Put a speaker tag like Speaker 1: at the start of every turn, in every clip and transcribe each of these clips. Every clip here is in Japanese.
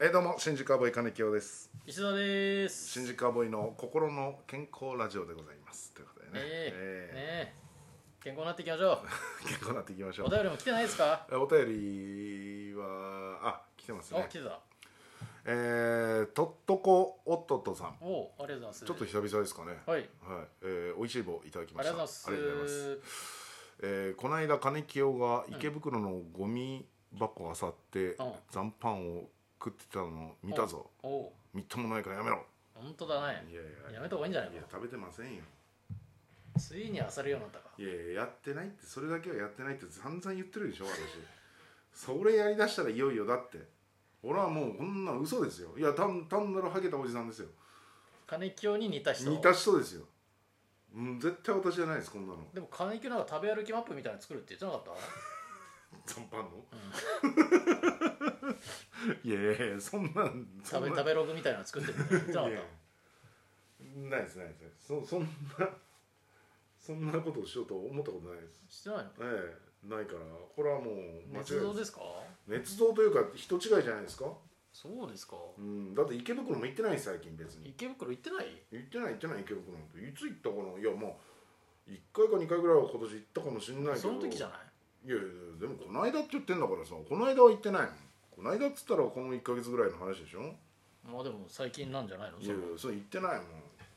Speaker 1: えーどうも新宿アボイ金清です
Speaker 2: 石田です
Speaker 1: 新宿アボイの心の健康ラジオでございますということでね、
Speaker 2: ええ
Speaker 1: え
Speaker 2: ねえ健康になっていきましょ
Speaker 1: ー健康になっていきましょ
Speaker 2: う
Speaker 1: う
Speaker 2: お便りも来てないですか
Speaker 1: お便りはあ来てます
Speaker 2: お
Speaker 1: ね
Speaker 2: 来てた
Speaker 1: えー、とっとこおっとっとさん
Speaker 2: おうありがとうございます
Speaker 1: ちょっと久々ですかね
Speaker 2: は
Speaker 1: は
Speaker 2: いあり
Speaker 1: い、えー、美味しい棒いただきまし
Speaker 2: が
Speaker 1: た
Speaker 2: とうございます
Speaker 1: ありがとうございますえーこの間金清が池袋のゴミ箱あさって
Speaker 2: うん
Speaker 1: 残飯を食ってたの見たぞ
Speaker 2: おおう
Speaker 1: みっともないからやめろ
Speaker 2: 本当だね
Speaker 1: いやいや
Speaker 2: やめた方がいいんじゃない
Speaker 1: いや
Speaker 2: か
Speaker 1: 食べてませんよ
Speaker 2: ついに漁るようになったか
Speaker 1: いやいややってないってそれだけはやってないって散々言ってるでしょ私 それやりだしたらいよいよだって俺はもうこんなの嘘ですよいや単単なるハゲたおじさんですよ
Speaker 2: 金清に似た人
Speaker 1: 似た人ですよ、うん、絶対私じゃないですこんなの
Speaker 2: でも金清なんか食べ歩きマップみたいなの作るって言ってなかっ
Speaker 1: 残飯の、いやいやいやそん なん
Speaker 2: た
Speaker 1: そん
Speaker 2: 食べ
Speaker 1: な
Speaker 2: 食べログみたいなの作ってるみたいなの言って な
Speaker 1: いやな
Speaker 2: かっ
Speaker 1: いですないですないですそそんなそんなことをしようと思ったことないです
Speaker 2: たしてないの
Speaker 1: ええないからこれはもう間違
Speaker 2: 熱
Speaker 1: い
Speaker 2: 造
Speaker 1: ない
Speaker 2: ですか
Speaker 1: 熱造というか人違いじゃないですか
Speaker 2: そうですか
Speaker 1: うんだって池袋も行ってない最近別に
Speaker 2: 池袋行ってない
Speaker 1: 行ってない行ってない池袋なんていつ行ったかないやまあ1回か2回ぐらいは今年行ったかもしれないけど
Speaker 2: その時じゃない
Speaker 1: いやいやいやでもこの間って言ってんだからさこの間は行ってないのこの間っつったらこの1か月ぐらいの話でしょ
Speaker 2: まあでも最近なんじゃないの
Speaker 1: い
Speaker 2: そ
Speaker 1: や
Speaker 2: れ
Speaker 1: いやそれ行ってないもん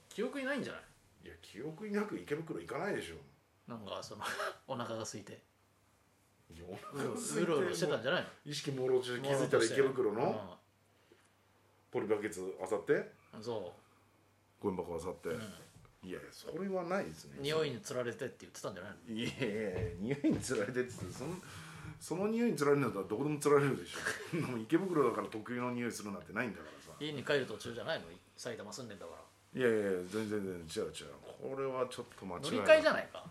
Speaker 2: 記憶にないんじゃない
Speaker 1: いや記憶になく池袋行かないでしょ
Speaker 2: なんかその お腹が空いて
Speaker 1: いやお
Speaker 2: う
Speaker 1: 腹
Speaker 2: ろ
Speaker 1: が空
Speaker 2: う
Speaker 1: いて
Speaker 2: ろうろしてたんじゃない
Speaker 1: 意識朦朧中
Speaker 2: の
Speaker 1: 気づいたら池袋
Speaker 2: もろ
Speaker 1: の
Speaker 2: うろ
Speaker 1: ポリバケツあさって
Speaker 2: としてうんそ
Speaker 1: ゴミ箱あさって、
Speaker 2: う、
Speaker 1: いやいやそれはないですね
Speaker 2: うん、匂いにつられてって言ってたんじゃないの
Speaker 1: いやいやいや匂いにつられてってそのその匂いにつられるんだったらどこでもつられるでしょでも池袋だから特有の匂いするなんてないんだからさ
Speaker 2: 家に帰る途中じゃないの埼玉住んでんだから
Speaker 1: いやいやいや全然全然違う違うこれはちょっと間違
Speaker 2: 乗
Speaker 1: い
Speaker 2: り
Speaker 1: ない
Speaker 2: 換えじゃないか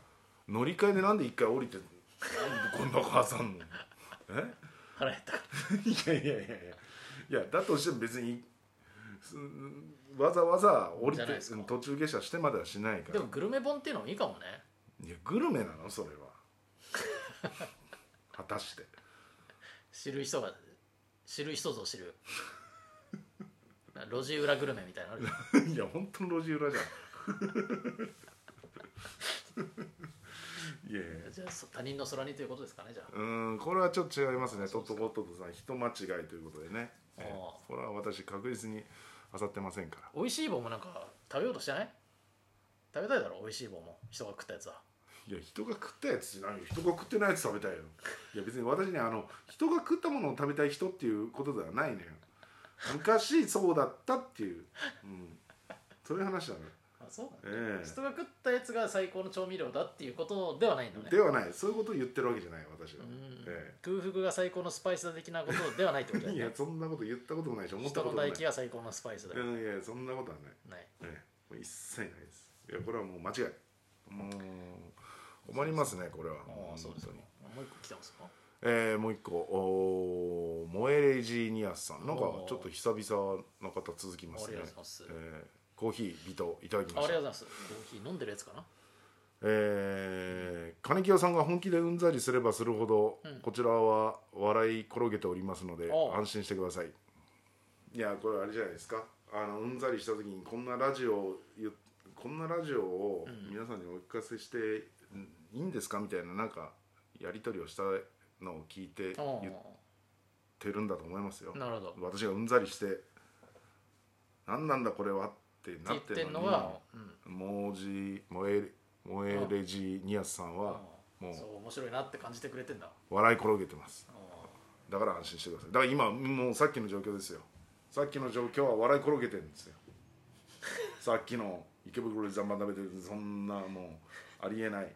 Speaker 1: 乗り換えでなんで一回降りてゴミ箱挟んのえ
Speaker 2: 腹減ったから
Speaker 1: いやいやいやいやいやだとしても別にすわざわざ降りて
Speaker 2: じゃないですか
Speaker 1: 途中下車してまではしないか
Speaker 2: で
Speaker 1: ら
Speaker 2: もグルメ本っていうのもいいかもね
Speaker 1: いやグルメなのそれは果たして
Speaker 2: 知る人が知る人ぞ知る な路地裏グルメみたいなのある じゃ
Speaker 1: い
Speaker 2: ん
Speaker 1: や本当の路地裏じゃんいやいや
Speaker 2: じゃあそ他人の空にということですかねじゃあ
Speaker 1: うーんこれはちょっと違いますね
Speaker 2: そ
Speaker 1: トット
Speaker 2: うですか
Speaker 1: コットとさん人間違いということでね
Speaker 2: あー
Speaker 1: ええこれは私確実にあさってませんから
Speaker 2: 美味しい棒もなんか食べようとしてない食べたいだろ美味しい棒も人が食ったやつはい
Speaker 1: や人が食ったやつじゃないよ人が食ってないやつ食べたいよいや別に私ねあの人が食ったものを食べたい人っていうことではないのよ昔そうだったっていう、うん、そういう話だね
Speaker 2: あそうなの
Speaker 1: え
Speaker 2: 人が食ったやつが最高の調味料だっていうことではないんだ
Speaker 1: え
Speaker 2: ね
Speaker 1: ではないそういうことを言ってるわけじゃない私
Speaker 2: う
Speaker 1: は、
Speaker 2: ん
Speaker 1: え
Speaker 2: 空腹が最高のスパイスだ的なことではないってことだ
Speaker 1: え、い
Speaker 2: よ
Speaker 1: や
Speaker 2: ね
Speaker 1: そんなこと言ったこともないし思った
Speaker 2: 人
Speaker 1: こ
Speaker 2: の
Speaker 1: ともな
Speaker 2: 唾
Speaker 1: い
Speaker 2: 液が最高のスパイスだよ、
Speaker 1: うんいやそんなことはない、
Speaker 2: ない
Speaker 1: ええ、もう一切ないですいやこれはもう間違いもう困りますねこれは
Speaker 2: ああそうですか
Speaker 1: 本当に
Speaker 2: もう一個来てますか
Speaker 1: えー、もう一個おーモエレジニアスさんなんか
Speaker 2: おー
Speaker 1: ちょっと久々の方続き
Speaker 2: あ
Speaker 1: ま
Speaker 2: り
Speaker 1: す
Speaker 2: がと
Speaker 1: ね
Speaker 2: うございます、
Speaker 1: えーコーヒービトいただきま
Speaker 2: ああり
Speaker 1: し
Speaker 2: がと
Speaker 1: た
Speaker 2: うございますコーヒー飲んでるやつかな
Speaker 1: えー金清さんが本気でうんざりすればするほど、
Speaker 2: うん
Speaker 1: こちらは笑い転げておりますので
Speaker 2: おう
Speaker 1: 安心してくださいいやこれあれじゃないですかあのうんざりした時にこんなラジオを言こんなラジオを
Speaker 2: うん
Speaker 1: 皆さんにお聞かせしてうんいいんですかみたいななんかやり取りをしたのを聞いて
Speaker 2: あ
Speaker 1: 言ってるんだと思いますよ
Speaker 2: あなるほど
Speaker 1: 私がうんざりして「何なんだこれは」ってな
Speaker 2: 言
Speaker 1: っ
Speaker 2: ってて
Speaker 1: る
Speaker 2: ん
Speaker 1: の
Speaker 2: の
Speaker 1: に
Speaker 2: が、うん
Speaker 1: モージーモエモエレジニアスさんはもう
Speaker 2: そう面白いなって感じてくれてんだ
Speaker 1: 笑い転げてます
Speaker 2: あ
Speaker 1: だから安心してくださいだから今もうさっきの状況ですよさっきの状況は笑い転げてるんですよさっきの池袋で残飯食べてるそんなもうありえない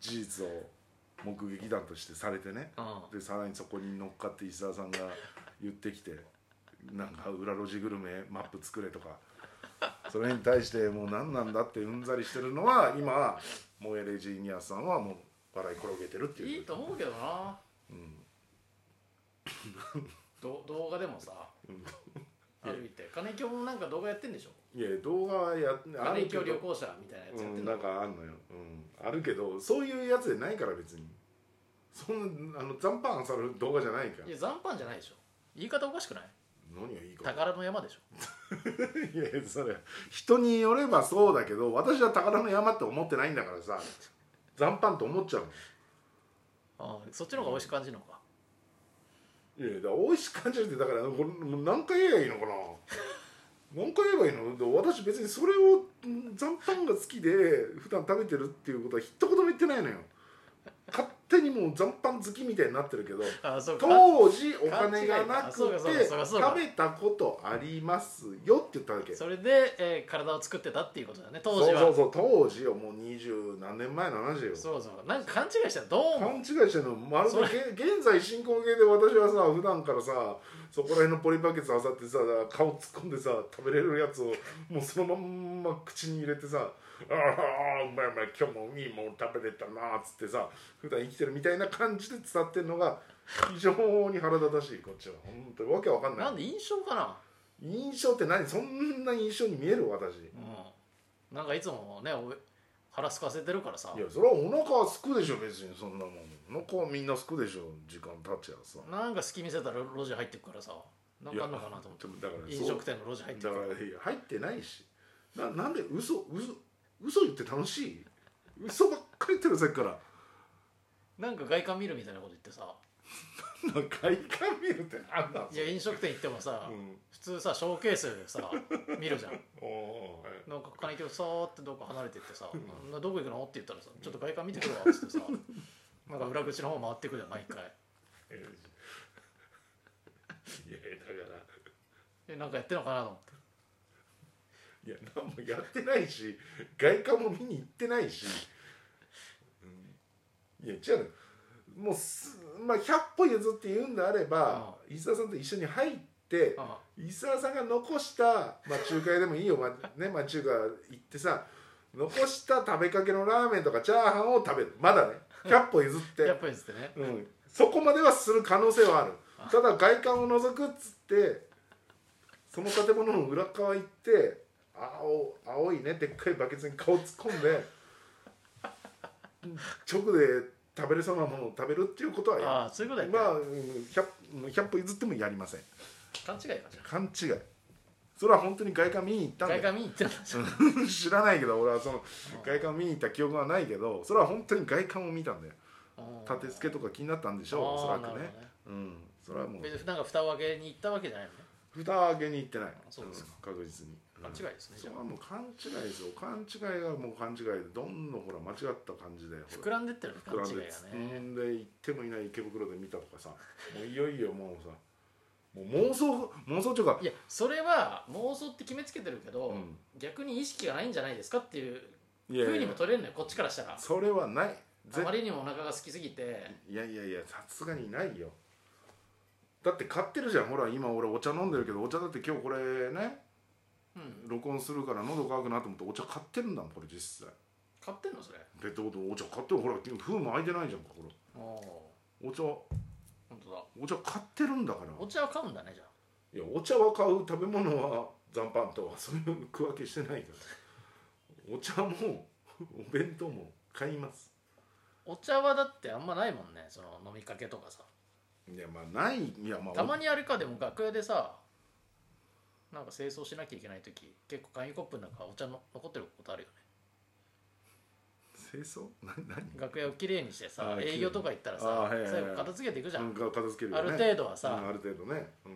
Speaker 1: 事実を目撃談としてされてね
Speaker 2: あ
Speaker 1: でさらにそこに乗っかって石澤さんが言ってきてなんか裏路地グルメマップ作れとかそれに対してもう何なんだってうんざりしてるのは今モエレジーニアさんはもう笑い転げてるって
Speaker 2: うん
Speaker 1: いう
Speaker 2: いいと思うけどな
Speaker 1: うん
Speaker 2: ど動画でもさ
Speaker 1: うん
Speaker 2: 歩いて金京もなんか動画やってんでしょ
Speaker 1: いや動画はやっあ
Speaker 2: 金
Speaker 1: るけ
Speaker 2: 京
Speaker 1: ど
Speaker 2: 旅行者みたいなやつやって
Speaker 1: うんん、
Speaker 2: の、
Speaker 1: なんかあんのよ、うん、あるけどそういうやつでないから別にそんなあの残飯あさる動画じゃないから
Speaker 2: いや残飯じゃないでしょ言い方おかしくない
Speaker 1: 何がいいか
Speaker 2: 宝の山でしょ
Speaker 1: いやそれ人によればそうだけど私は宝の山って思ってないんだからさ残飯と思っちゃう
Speaker 2: あーそっちの方が美味しく感じるのか
Speaker 1: のいやだから美味しく感じるってだからこれもう何回言えばいいのかな何回言えばいいので私別にそれをん残飯が好きで普段食べてるっていうことは一言も言ってないのよ勝手にもう残飯好きみたいになってるけど
Speaker 2: あーそうか
Speaker 1: 当時お金がなく
Speaker 2: そうかそう
Speaker 1: て
Speaker 2: かそうかそうか
Speaker 1: 食べたことありますよって言ったわけ
Speaker 2: それで、えー体を作ってたっていうことだね当時は
Speaker 1: そうそうそう当時よもう二十何年前の話よ
Speaker 2: そうそうなんか勘違いしたらどう
Speaker 1: 勘
Speaker 2: も
Speaker 1: 違いしてるのまるでげ現在進行形で私はさ普段からさそこら辺のポリバケツあさってさ顔突っ込んでさ食べれるやつをもうそのまんま口に入れてさ「ああうまいうまい今日もいいもん食べれたな」っつってさ普段生きてるみたいな感じで伝わってるのが非常に腹立たしいこっちは本当にわけわかんない
Speaker 2: なんで印象かな
Speaker 1: 印象って何そんな印象に見える私
Speaker 2: うんなんかいつもねお腹空かせてるからさ
Speaker 1: いやそれはお腹はすくでしょ別にそんなもんお腹はみんなすくでしょ時間経っちゃうさ
Speaker 2: なんか隙見せたら路地入ってくからさなんかあんのかなと思って
Speaker 1: でもだから
Speaker 2: 飲食店の路地入って
Speaker 1: だ
Speaker 2: く
Speaker 1: か
Speaker 2: から
Speaker 1: らいや入ってないしななんで嘘嘘嘘言って楽しい嘘ばっかり言ってるさっきから
Speaker 2: なんか外観見るみたいなこと言ってさ
Speaker 1: 外観見るってなんだ
Speaker 2: いや飲食店行ってもさ、
Speaker 1: うん
Speaker 2: 普通さショーケースさ見るじゃん
Speaker 1: おお
Speaker 2: なんか金木をさーってどっか離れてってさ「などこ行くの?」って言ったらさ「ちょっと外観見てくるわ」っつって さなんか裏口の方回ってくじゃん毎回
Speaker 1: いや いやだから
Speaker 2: えなんかやってんのかなと思って
Speaker 1: いや何もやってないし外観も見に行ってないし、うんいや違うのよもうす、まあ、100歩譲って言うんであれば石澤さんと一緒に入って
Speaker 2: あ
Speaker 1: 石澤さんが残した、まあ、中華屋でもいいよ、まあねまあ、中華行ってさ残した食べかけのラーメンとかチャーハンを食べるまだね100歩譲っ
Speaker 2: あや
Speaker 1: て
Speaker 2: っ、ぱりですってね
Speaker 1: うん、そこまではする可能性はあるただ外観を除くっつってその建物の裏側行って青青いねでっかいバケツに顔突っ込んで直で食べれそうなものを食べるっていうことはや
Speaker 2: ああそういうことやって
Speaker 1: ま
Speaker 2: る
Speaker 1: あうん100 100歩譲ってもやりません
Speaker 2: 勘違いかじゃん
Speaker 1: 勘違いそれは本当に外観見に行ったんだ
Speaker 2: 外
Speaker 1: よ
Speaker 2: 観見に行ってたんじゃ ん
Speaker 1: 知らないけど俺はその外観見に行った記憶はないけどそれは本当に外観を見たんだよ
Speaker 2: 立
Speaker 1: 立て付けとか気になったんでしょう
Speaker 2: あー
Speaker 1: おそらくね
Speaker 2: なるほどね
Speaker 1: うんそれはもう
Speaker 2: 別になんか蓋を開けに行ったわけじゃないのね
Speaker 1: 蓋は開けに行ってない
Speaker 2: そうですか
Speaker 1: うん確実に
Speaker 2: 勘違いですね
Speaker 1: そ
Speaker 2: じゃ
Speaker 1: れ
Speaker 2: あ
Speaker 1: はもう勘違いですよ勘違いがもう勘違いでどんどんほら間違った感じでほ
Speaker 2: 膨らんでってるの勘
Speaker 1: ら
Speaker 2: 違い
Speaker 1: 膨
Speaker 2: が
Speaker 1: らんで
Speaker 2: ね
Speaker 1: んで行ってもいない池袋で見たとかさもういよいよもうさもう妄想妄想というか
Speaker 2: いやそれは妄想って決めつけてるけど、
Speaker 1: うん
Speaker 2: 逆に意識がないんじゃないですかっていう
Speaker 1: いや
Speaker 2: ふう
Speaker 1: い
Speaker 2: に
Speaker 1: や
Speaker 2: も取れるのよこっちからしたら
Speaker 1: それはない
Speaker 2: あまりにもお腹が空きすぎて
Speaker 1: いやいやいやさすがにないよだって買ってるじゃんほら今俺お茶飲んでるけどお茶だって今日これね
Speaker 2: うん
Speaker 1: 録音するから喉乾くなと思ってお茶買ってるんだもんこれ実際
Speaker 2: 買ってんのそれ
Speaker 1: ペットボトルお茶買ってるほら封も開いてないじゃんかこれ
Speaker 2: おお
Speaker 1: お茶お
Speaker 2: 本当
Speaker 1: 茶
Speaker 2: だ
Speaker 1: 買ってるんだから
Speaker 2: お茶は買うんだねじゃあ
Speaker 1: いやお茶は買う食べ物は残飯とはそういう区分けしてないからお茶もお弁当も買います
Speaker 2: お茶はだってあんまないもんねその飲みかけとかさ
Speaker 1: いやまあないいやまあ
Speaker 2: たまにあれかでも楽屋でさなんか清掃しなきゃいけない時結構紙コップの中お茶の残ってることあるよね
Speaker 1: 清掃な何
Speaker 2: 楽屋をきれいにしてさ
Speaker 1: あー
Speaker 2: 営業とか行ったら
Speaker 1: きれいに
Speaker 2: さ
Speaker 1: あーはいはいはい
Speaker 2: 最後片付けていくじゃん、
Speaker 1: なんか片付ける
Speaker 2: あ
Speaker 1: よね
Speaker 2: る程度は
Speaker 1: うん
Speaker 2: さ、
Speaker 1: ある程度ねうん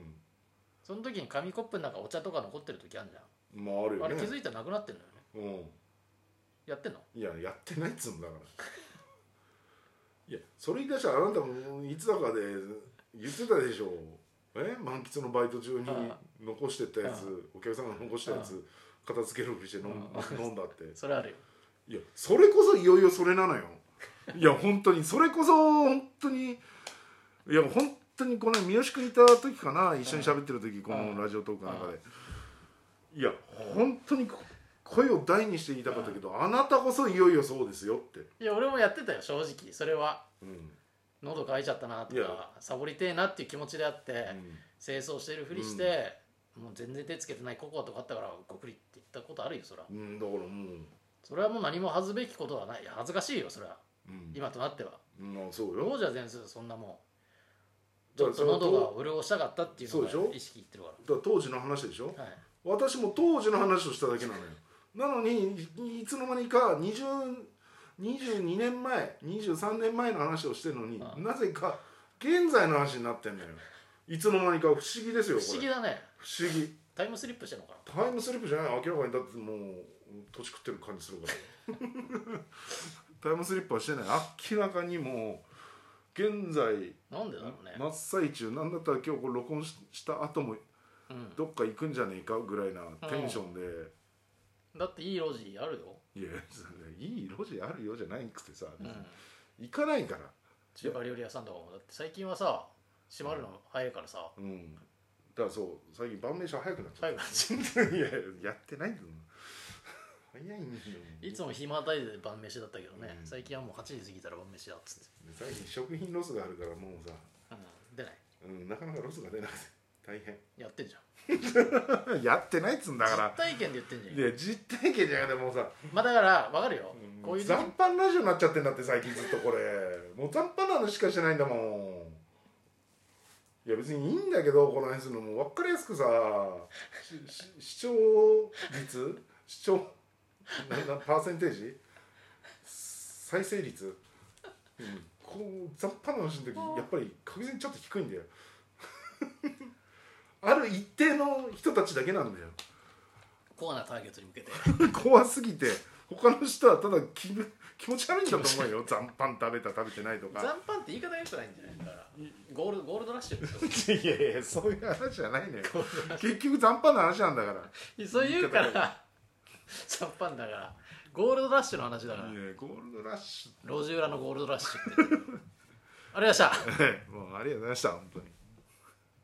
Speaker 2: その時に紙コップの中お茶とか残ってる時あるじゃ
Speaker 1: まあある
Speaker 2: んあ
Speaker 1: よ
Speaker 2: れ
Speaker 1: ね
Speaker 2: 気づいたらなくなってるのよね
Speaker 1: う
Speaker 2: やってんの
Speaker 1: んいややってないっつうんだから いやそれ言い出したらあなたもいつだかで言ってたでしょえ満喫のバイト中に
Speaker 2: ああ
Speaker 1: 残してったや
Speaker 2: あ
Speaker 1: つお客さんが残したやつ片付けるふりして飲ん飲んだって
Speaker 2: それあるよ
Speaker 1: いやそれこそいよいよそれなのよいや本当にそれこそ本当にいや本当にこの三好君いた時かな一緒に喋ってる時このラジオトークの中でいや本当にこ声を大にして言いたかったけどあなたこそいよいよそうですよって、
Speaker 2: いや俺もやってたよ正直それは
Speaker 1: うん
Speaker 2: 喉乾いちゃったなと
Speaker 1: い
Speaker 2: か
Speaker 1: や
Speaker 2: サボりてえなっていう気持ちであって、
Speaker 1: うん
Speaker 2: 清掃してるふりして、もう全然手つけてないココアとかあったからごくりって言ったことあるよそら
Speaker 1: うん、だからもう、
Speaker 2: それはもう何も恥ずべきことはないいや恥ずかしいよそれは
Speaker 1: うん
Speaker 2: 今となっては
Speaker 1: うん、あそうよ
Speaker 2: 王者全然そんなもちょっ
Speaker 1: だ
Speaker 2: と
Speaker 1: からその
Speaker 2: 喉が潤したかったっていうのが
Speaker 1: そうでしょ
Speaker 2: 意識いってるか
Speaker 1: だから当時の話でしょ
Speaker 2: らはい
Speaker 1: 私も当時の話をしただけなのよなのにいいつの間にか20 22年前23年前の話をしてるのに
Speaker 2: ああ
Speaker 1: なぜか現在の話になってんのよいつの間にか不思議ですよこ
Speaker 2: 不思
Speaker 1: れ
Speaker 2: 議だね
Speaker 1: 不思議
Speaker 2: タイムスリップしてんのかな
Speaker 1: タイムスリップじゃない明らかにだってもう年食ってる感じするから タイムスリップはしてない明らかにもう現在
Speaker 2: なんでだろうね
Speaker 1: 真っ最中なんだったら今日これ録音しした後も
Speaker 2: うん
Speaker 1: どっか行くんじゃねえかぐらいなテンションで、
Speaker 2: だっていい路地あるよ
Speaker 1: いやそれいい路地あるよじゃないくてさ、
Speaker 2: うん
Speaker 1: 行かないから
Speaker 2: 中華料理屋さんとかもだって最近はさ閉まるの早いからさ
Speaker 1: うんだからそう最近晩飯は早くなっちゃ
Speaker 2: 早
Speaker 1: っ
Speaker 2: くなっちゃ
Speaker 1: た いややってないんだもん早いんだ
Speaker 2: ういつも暇たいで晩飯だったけどね、
Speaker 1: うん
Speaker 2: 最近はもう8時過ぎたら晩飯だっつって、
Speaker 1: もん最近食品ロスがあるからもうさ、
Speaker 2: うん、出ない
Speaker 1: うん、なかなかロスが出なくて大変
Speaker 2: やってんじゃん
Speaker 1: やってないっつうんだから
Speaker 2: 実体験で言ってんじゃん
Speaker 1: いや実体験じゃなくてもうさ、
Speaker 2: まあだから分かるよ、
Speaker 1: うん
Speaker 2: こういう時期
Speaker 1: 残飯ラジオになっちゃってんだって最近ずっとこれもう残飯の話しかしてないんだもんいや別にいいんだけどこの辺するのも分かりやすくさしし視聴率視聴ななパーセンテージ再生率、うん、こう残飯の話の時やっぱり確実にちょっと低いんだよ ある一定の人たちだけなんだよ
Speaker 2: コアなターゲットに向けて
Speaker 1: 怖すぎて他の人はただ気分気持ち悪いんだと思うよ残飯食べた食べてないと
Speaker 2: 残
Speaker 1: か
Speaker 2: 飯って言い方が良くないんじゃないだからゴールゴールドラッシュでしょ
Speaker 1: いやいやそういう話じゃないの よ結局残飯の話なんだから
Speaker 2: いやそう言うから残飯だからゴールドラッシュの話だから
Speaker 1: いやゴールドラッシ
Speaker 2: 路地裏のゴールドラッシュってありがとうございました
Speaker 1: ュもうありがとうございました本当に